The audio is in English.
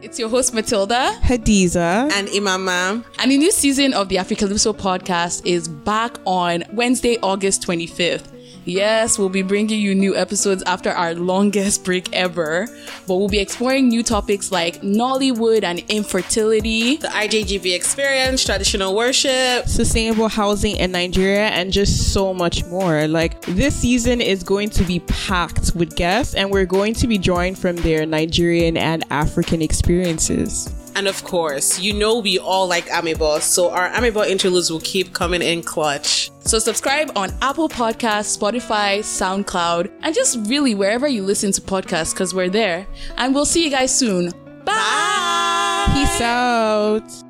It's your host Matilda, Hadiza. and Imama. and the new season of the Africalypso podcast is back on Wednesday, August 25th. Yes, we'll be bringing you new episodes after our longest break ever, but we'll be exploring new topics like Nollywood and infertility. The IJGB experience, traditional worship. Sustainable housing in Nigeria and just so much more. Like this season is going to be packed with guests, and we're going to be drawing from their Nigerian and African experiences. And of course, you know we all like Amiibo, so our Amiibo interludes will keep coming in clutch. So subscribe on Apple Podcasts, Spotify, SoundCloud, and just really wherever you listen to podcasts because we're there. And we'll see you guys soon. Bye. Peace out.